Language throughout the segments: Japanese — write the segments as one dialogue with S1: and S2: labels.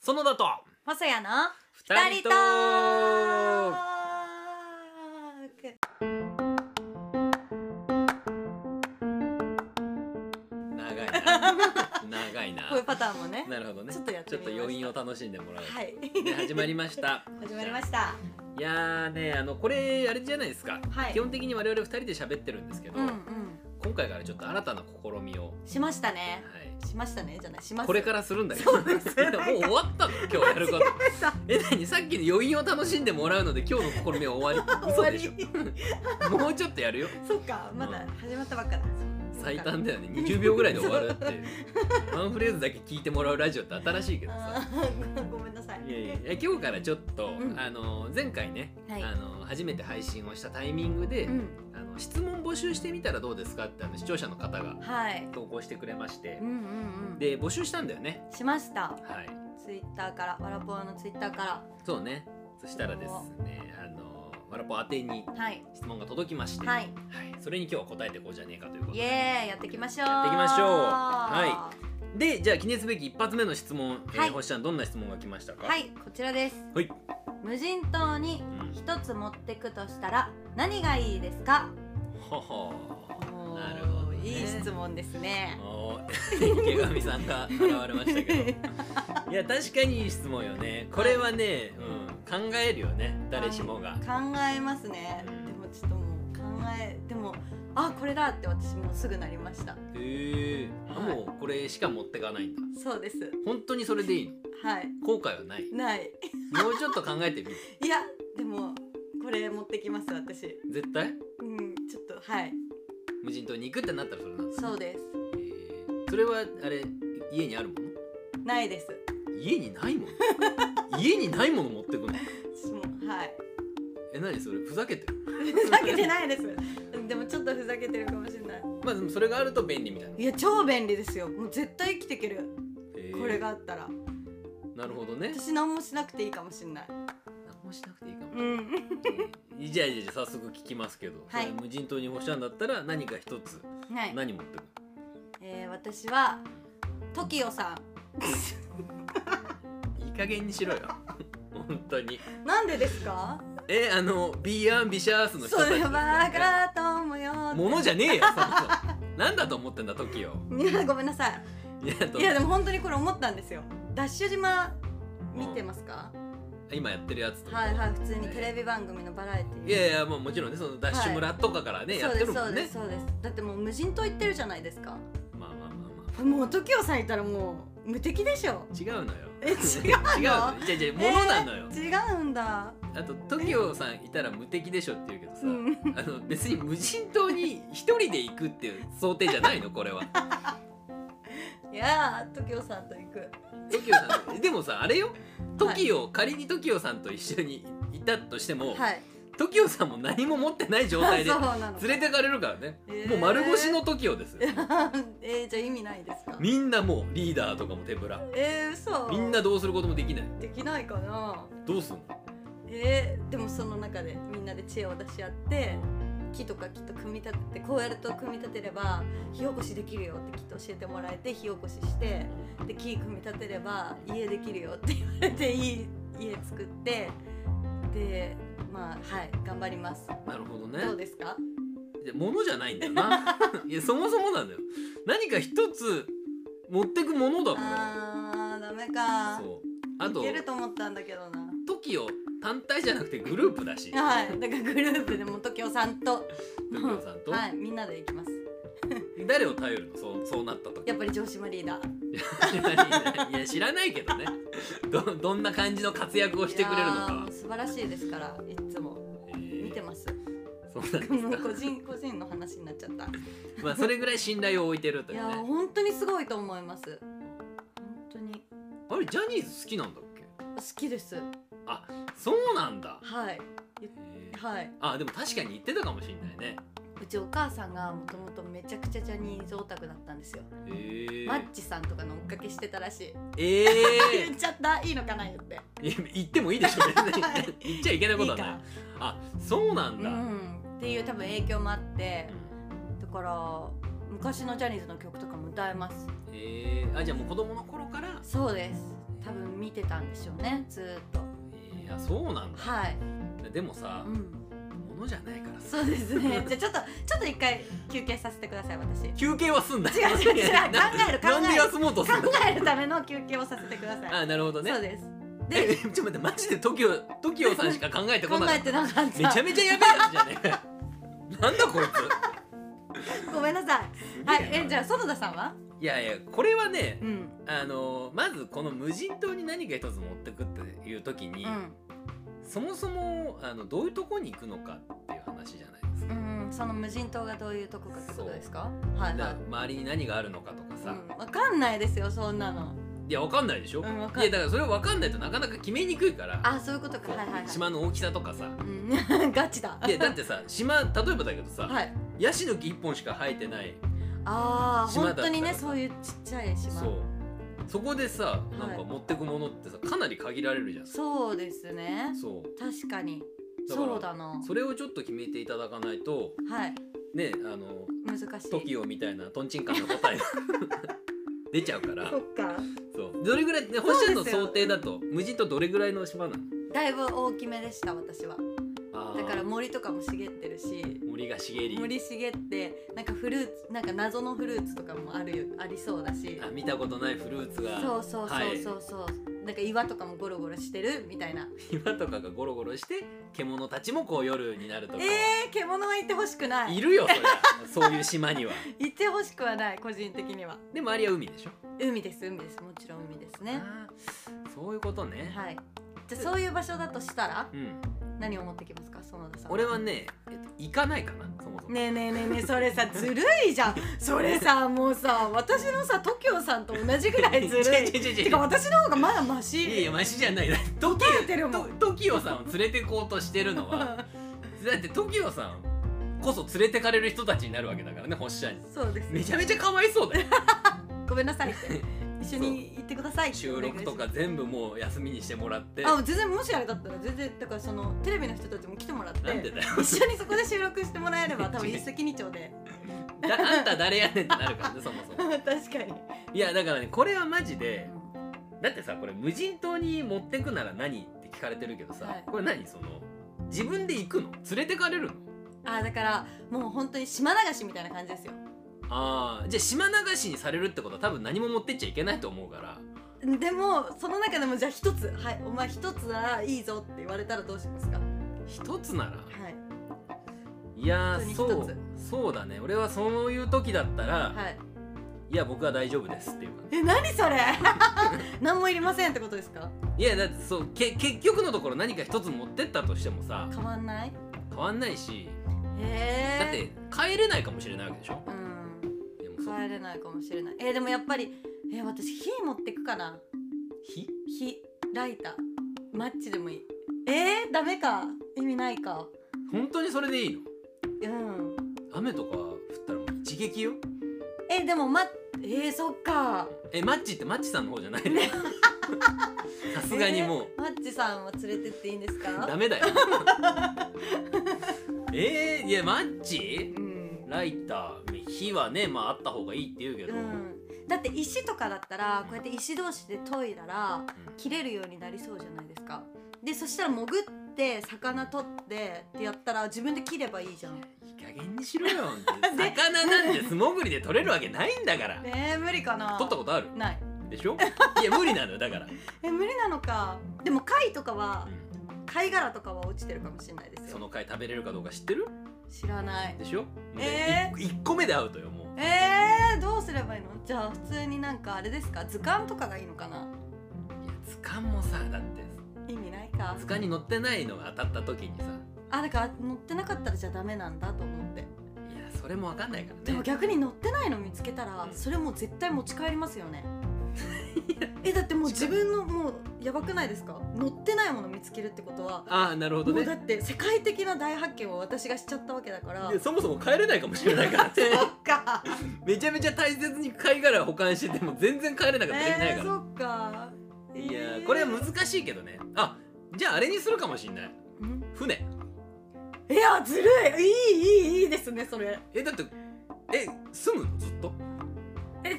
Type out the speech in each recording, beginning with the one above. S1: そのだと
S2: 細谷の二人トーク
S1: 長い な長いな
S2: こういうパターンもね
S1: なるほどね
S2: ちょっとやってみました
S1: 余韻を楽しんでもらう、
S2: はい
S1: で始まりました
S2: 始まりました
S1: いやーねあのこれあれじゃないですか、
S2: はい
S1: 基本的に我々二人で喋ってるんですけど、
S2: うんうん
S1: 今回からちょっと新たな試みを、
S2: しました
S1: は
S2: ね
S1: い、
S2: しましたねじゃないします
S1: これかららするんだけど も
S2: そうで
S1: う
S2: す
S1: 終わったの今日やる ことえ何さっきの余韻を楽しんでもらうので今日の試みは終わり嘘でし
S2: 終
S1: ょ もうちょっとやるよ
S2: そっかまだ始まったばっかだ
S1: 最短だよね20秒ぐらいで終わるっていうワンフレーズだけ聞いてもらうラジオって新しいけどさ
S2: あー ごごめんなさい
S1: いやいやえ今日からちょっと、
S2: うん
S1: あの前回ね、
S2: はい
S1: あの初めて配信をしたタイミングで、
S2: うん
S1: あの質問募集してみたらどうですかってあの視聴者の方が
S2: はい
S1: 投稿してくれまして
S2: うん、うんうん
S1: で募集したんだよね
S2: しました
S1: はい
S2: ツイッターからわらぽーのツイッターか
S1: そうねそしたらですねあのわらぽ宛てに
S2: らはい
S1: 質問が届きまして、
S2: はい
S1: はいそれに今日は答えていこうじゃねえかということ
S2: イ
S1: で
S2: エーイやっていきましょう
S1: やっていきましょう
S2: は
S1: はでじゃあ記念すべき一発目の質問、えー
S2: はい
S1: 星ちゃんどんな質問が来ましたか
S2: はいこちらです
S1: はい
S2: 無人島に
S1: うん
S2: 一つ持ってくとしたら何がいいですか
S1: ほほなるほどね
S2: いい質問ですね
S1: おー池上さんが現れましたけどいや確かにいい質問よねこれはね、うん、考えるよね誰しもが
S2: 考えますね
S1: うん
S2: でもちょっともう考えでもあこれだって私もうすぐなりました
S1: へえー、あ
S2: はい
S1: もうこれしか持ってかないんだ
S2: そうです
S1: 本当にそれでいいの
S2: はい
S1: 後悔はない
S2: ない
S1: もうちょっと考えてみる
S2: いやでもこれ持ってきます私
S1: 絶対
S2: うんちょっとはい
S1: 無人島に行くってなったらそれなんだ
S2: そうです
S1: えーそれはあれ家にあるも
S2: ないです
S1: の家にないもの 家にないもの持ってくの
S2: 私もはい
S1: え何それふざけてる
S2: ふざけてないですでもちょっとふざけてるかもしれない
S1: まあでもそれがあると便利みたいない
S2: や超便利ですよもう絶対生きていける
S1: えー
S2: これがあったら
S1: なるほどね
S2: 私何もしなくていいかもしれない
S1: 何もしなくていいかも
S2: うん
S1: えーじゃあじゃあじゃあ早速聞きますけど、
S2: はい
S1: それ無人島に干したんだったら何か一つ
S2: はい、
S1: 何持ってく
S2: えー、私は TOKIO さ
S1: いい加減にしろよ 本当に
S2: んなんでですか
S1: えあの「ビーアンビシャース」の人
S2: そ
S1: たち
S2: れ
S1: です
S2: は
S1: ね
S2: かと思うよ
S1: ものじゃねえよそもそもなんだと思ってんだ TOKIO
S2: いやごめんなさい
S1: いやと
S2: いやでも本当にこれ思ったんですよダッシュ島見てますか、
S1: 今やってるやつとか
S2: はいはい普通にテレビ番組のバラエティー
S1: いやいやもうもちろんねそのダッシュ村とかからね、や
S2: そ
S1: っ
S2: う
S1: て
S2: で
S1: る
S2: す
S1: も
S2: そ
S1: ん
S2: う
S1: ね
S2: ですそうですだってもう無人島行ってるじゃないですか
S1: まあまあまあま
S2: もう TOKIO さんいたらもう無敵でしょ
S1: あ違うのよ
S2: え違
S1: 違う
S2: うの
S1: じゃじゃものなのよ、
S2: えー違うんだ
S1: あと TOKIO さんいたら無敵でしょって言うけどさ、
S2: うん
S1: あの別に無人島に一人で行くっていう想定じゃないのこれは。
S2: いやー TOKIO さんと行く
S1: TOKIO さんでもさあれよ TOKIO、仮に TOKIO さんと一緒にいたとしても、
S2: はい
S1: TOKIO さんも何も持ってない状態で
S2: そうなの
S1: 連れてかれるからね、
S2: えー
S1: もう丸腰 の TOKIO ですよ
S2: えー、じゃあ意味ないですか
S1: みんなもうリーダーとかも手ぶら
S2: えー、嘘
S1: みんなどうすることもできない
S2: できないかな
S1: どうすんの
S2: えー、でもその中でみんなで知恵を出し合って木とか木と組み立ててこうやると組み立てれば火起こしできるよってきっと教えてもらえて火起こししてで木組み立てれば家できるよって言われて家家作ってでまあはい頑張ります
S1: なるほどね
S2: どうですか
S1: いや物じゃないんだよ ないやそもそもなんだよ何か一つ持ってくものだか
S2: あーダメ
S1: ら
S2: か
S1: そうあと
S2: いけると思ったんだけどな
S1: TOKIO 単体じゃなくてグループだし
S2: はいだからグループでもときおさんと
S1: TOKIO さんと、
S2: はいみんなで行きます
S1: 誰を頼るのそうそうなった時
S2: やっぱり城島リーダー
S1: いや知らないけどねどどんな感じの活躍をしてくれるの
S2: いやー
S1: か
S2: もう、素晴らしいですからいつも
S1: えー
S2: 見てます、
S1: そうなんです
S2: もう
S1: か
S2: 個人個人の話になっちゃった
S1: まあそれぐらい信頼を置いてると
S2: い
S1: いう
S2: やー
S1: ね
S2: 本当にすごいと思います本当に
S1: あれジャニーズ好きなんだっけ
S2: 好きです
S1: そうなんだ、
S2: はい
S1: えー
S2: はい
S1: あでも確かに言ってたかもしんないね
S2: うちお母さんがもともとめちゃくちゃジャニーズオタクだったんですよ、
S1: えー
S2: マッチさんとかの追っかけしてたらしい、
S1: え
S2: 言っちゃったいいのかな言って
S1: ー、いや言ってもいいで しょ別に言っちゃいけないことはいないい
S2: か
S1: あそうなん
S2: う
S1: だ、
S2: んっていう多分影響もあって
S1: うん
S2: だから昔のジャニーズの曲とかも歌えます
S1: えー、あじゃあもう子供の頃から
S2: そうです多分見てたんでしょうねずーっと
S1: いやそうなんだ、
S2: はい、
S1: でもさ
S2: う、ん、
S1: ものじゃないからさ
S2: そうです ねじゃあちょっとちょっと一回休憩させてください私
S1: 休憩はすんだ
S2: 違う違う違う
S1: なん
S2: 考える考える
S1: なんで休もうとす
S2: 考
S1: んだ
S2: えるための休憩をさせてください
S1: あなるほどね
S2: そうです
S1: え
S2: で
S1: ちょっと待ってマジで TOKIO さんしか考えてこ
S2: 考
S1: なか
S2: え
S1: った
S2: てなかっ
S1: めちゃ
S2: た
S1: めちゃやべえやつじゃね えなんだこいつ
S2: ごめんなさいはいえじゃあ
S1: あ
S2: 園田さんはい
S1: やいやこれはね
S2: うん
S1: あのまずこの無人島に何か一つ持ってくっていう時に、
S2: うん
S1: そもそもあのどういうとこに行くのかっていう話じゃないですか,、
S2: うんその無人島がどういうとこかってことですかはい
S1: だ
S2: は
S1: から周りに何があるのかとか
S2: い、
S1: さ、
S2: うん、わかんないですよそんなの
S1: いやわかんないでしょ、
S2: うんわかんない
S1: いやだからそれ分かんないとなかなか決めにくいから
S2: あそういうことか
S1: こう
S2: はいはいはい
S1: 島の大きさとか さ
S2: うんガチだ
S1: いやだってさ島例えばだけどさ、
S2: はい
S1: ヤシの木一本しか生えてない
S2: ああ
S1: 島だ
S2: 本
S1: った
S2: 当にね
S1: らさ
S2: そういうちっちゃい島
S1: そうそこでさ
S2: い
S1: なんか持ってくものってさかなり限られるじゃんそ
S2: そうですね
S1: う
S2: 確かに
S1: だから
S2: そうだな
S1: それをちょっと決めていただかないと
S2: はい
S1: ねあの
S2: 難しい
S1: TOKIO みたいなとんちんかんの答え が出ちゃうから
S2: そっか
S1: そうどれぐらい、ね、星野
S2: そう
S1: の
S2: ですよ
S1: 想定だと無人島どれぐらいの島なの
S2: だいぶ大きめでした私は
S1: あー
S2: だから森とかも茂ってるし
S1: 森が茂り
S2: 森茂ってなんかフルーツなんか謎のフルーツとかもあるよありそうだし
S1: あ見たことないフルーツが
S2: そうそうそうそうそう、なんか岩とかもゴロゴロしてるみたいな
S1: 岩とかがゴロゴロして獣たちもこう夜になるとか、
S2: えー、獣は行ってほしくない
S1: いるよそりゃ そういう島には
S2: 行ってほしくはない個人的には
S1: で周りは海でしょ
S2: 海です海ですもちろん海ですね
S1: あーそういうことね、
S2: はいじゃあそういう場所だとしたら
S1: うん、
S2: 何を持ってきますか園田さん
S1: 俺はね、えっと、行かないかなそもそも、
S2: ねえねえねえねえそれさずるいじゃんそれさもうさ私のさ TOKIO さんと同じぐらいずる
S1: 違う
S2: い
S1: 違う違う
S2: てか私の方がまだマシ
S1: いやいやマシじゃ ないだってトキ
S2: 切れてるもん
S1: トトキオさんを連れてこうとしてるのはだってトキオさんこそ連れてかれる人たちになるわけだからね星ちゃんに
S2: そうです
S1: めちゃめちゃかわいそうだ よ
S2: ごめんなさいって一緒に行ってくださいって
S1: 収録とか全部もう休みにしてもらって
S2: あ全然もしあれだったら全然だからそのテレビの人たちも来てもらって
S1: なんでだよ
S2: 一緒にそこで収録してもらえれば多分一石二鳥で
S1: だあんた誰やねんってなるからねそもそも
S2: 確かに、
S1: いやだからねこれはマジでだってさこれ無人島に持ってくなら何って聞かれてるけどさ、
S2: はい
S1: これ何その自分で行くの連れてかれるの
S2: あだからもう本当に島流しみたいな感じですよ
S1: ああじゃあ島流しにされるってことは多分何も持ってっちゃいけないと思うから
S2: でもその中でもじゃあ一つはいお前一つならいいぞって言われたらどうしますかは
S1: 一つなら
S2: い
S1: いやー
S2: 本
S1: そ
S2: 当に一
S1: うそうだね俺はそういう時だったら、
S2: はい
S1: い、や僕は大丈夫ですっていう感
S2: え何それ 何もいりませんってことですか
S1: じいやだってそうけ結局のところ何か一つ持ってったとしてもさ
S2: 変わんない
S1: 変わんないし
S2: へえ
S1: だって帰れないかもしれないわけでしょ
S2: うん
S1: でもそう
S2: 帰れないかもしれないえーでもやっぱりえー私火持ってくかな
S1: 火
S2: 火ライターマッチでもいいえー、ダメか意味ないか
S1: 本当にそれでいいの
S2: うん
S1: 雨とか降ったらもう一撃よ
S2: えーでもまえー、そっか
S1: えマッチってマッチさんの方じゃないの さすがにもう、
S2: えーマッチさんは連れてっていいんです
S1: ダ
S2: か
S1: メだよ えー、いやマッチ
S2: うん
S1: ライター火はねまああった方がいいって言うけど、
S2: うん、だって石とかだったらこうやって石同士で研いだら
S1: うん
S2: 切れるようになりそうじゃないですかでそしたら潜って魚取ってってやったら自分で切ればいいじゃん
S1: いい加減にし ろよ魚なんて素潜りで取れるわけないんだから取
S2: えー、無理かな
S1: ったことある
S2: ない
S1: で しょいや無理なのよだから、
S2: え無理なのかでも貝とかは
S1: うん
S2: 貝殻とかは落ちてるかもしれないです
S1: そ
S2: よ
S1: の貝食べれるかどうか知ってる
S2: 知らない
S1: でしょ、
S2: え
S1: ね、1個目でアウトよもう
S2: えー、どうすればいいのじゃあ普通になんかあれですか図鑑とかがいいのかない
S1: や図鑑もさだって
S2: 意味ないか
S1: 図鑑に載ってないのが当たった時にさ
S2: あだから乗ってなかったらじゃあダメなんだと思って
S1: いやそれも分かんないからね
S2: でも逆に乗ってないの見つけたら
S1: うん
S2: それもう絶対持ち帰りますよねえだってもう自分のもうやばくないですか乗ってないもの見つけるってことは
S1: ああなるほど
S2: も
S1: ね
S2: うだって世界的な大発見を私がしちゃったわけだから
S1: いやそもそも帰れないかもしれないからね
S2: そっ か
S1: めちゃめちゃ大切に貝殻を保管してても全然帰れなかったりしない
S2: え
S1: か
S2: ー、
S1: ら、
S2: そっか
S1: いや
S2: えー
S1: ーこれは難しいけどねあじゃああれにするかもしんない
S2: ん
S1: 船
S2: いやずるいいいいいいいいですねそれ
S1: えだってえ住むのずっと
S2: え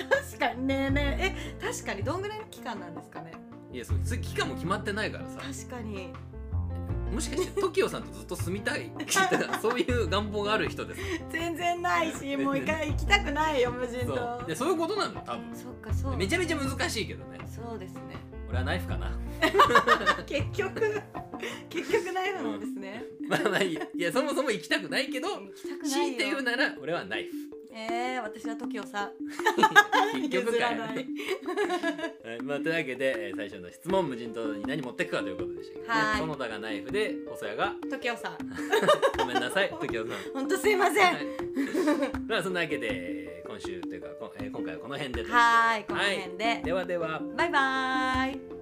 S2: 確確かにねえねええ確かにどんぐらいの期間なんですかね
S1: いやそう次期間も決まってないからさ
S2: 確かに
S1: もしかして TOKIO さんとずっと住みたい だからそういう願望がある人です
S2: 全然ない しもう一回行きたくないよ無人
S1: そ
S2: 島
S1: うでそういうことなの多分
S2: そっかそう
S1: めちゃめちゃ難しいけどね
S2: そうですね
S1: 俺はナイフかな
S2: 結 局結局ないものですね、
S1: まあまあいいいやそもそも行きたくないけど
S2: 行きたくな
S1: 強
S2: い
S1: いて言う
S2: よ
S1: なら俺はナイフ
S2: えー、私は TOKIO さん
S1: 結局
S2: 譲
S1: からい
S2: ない
S1: はいまあ、というわけでえー最初の質問無人島に何持ってくかということでしたけどね
S2: はい
S1: 園田がナイフで細谷が
S2: TOKIO さん
S1: ごめんなさい TOKIO さん
S2: ほんとすいません
S1: はい まあそんなわけでえー今週というかこんえー今回はこの辺でということで
S2: はーいこの辺で、
S1: ではでは
S2: バイバーイ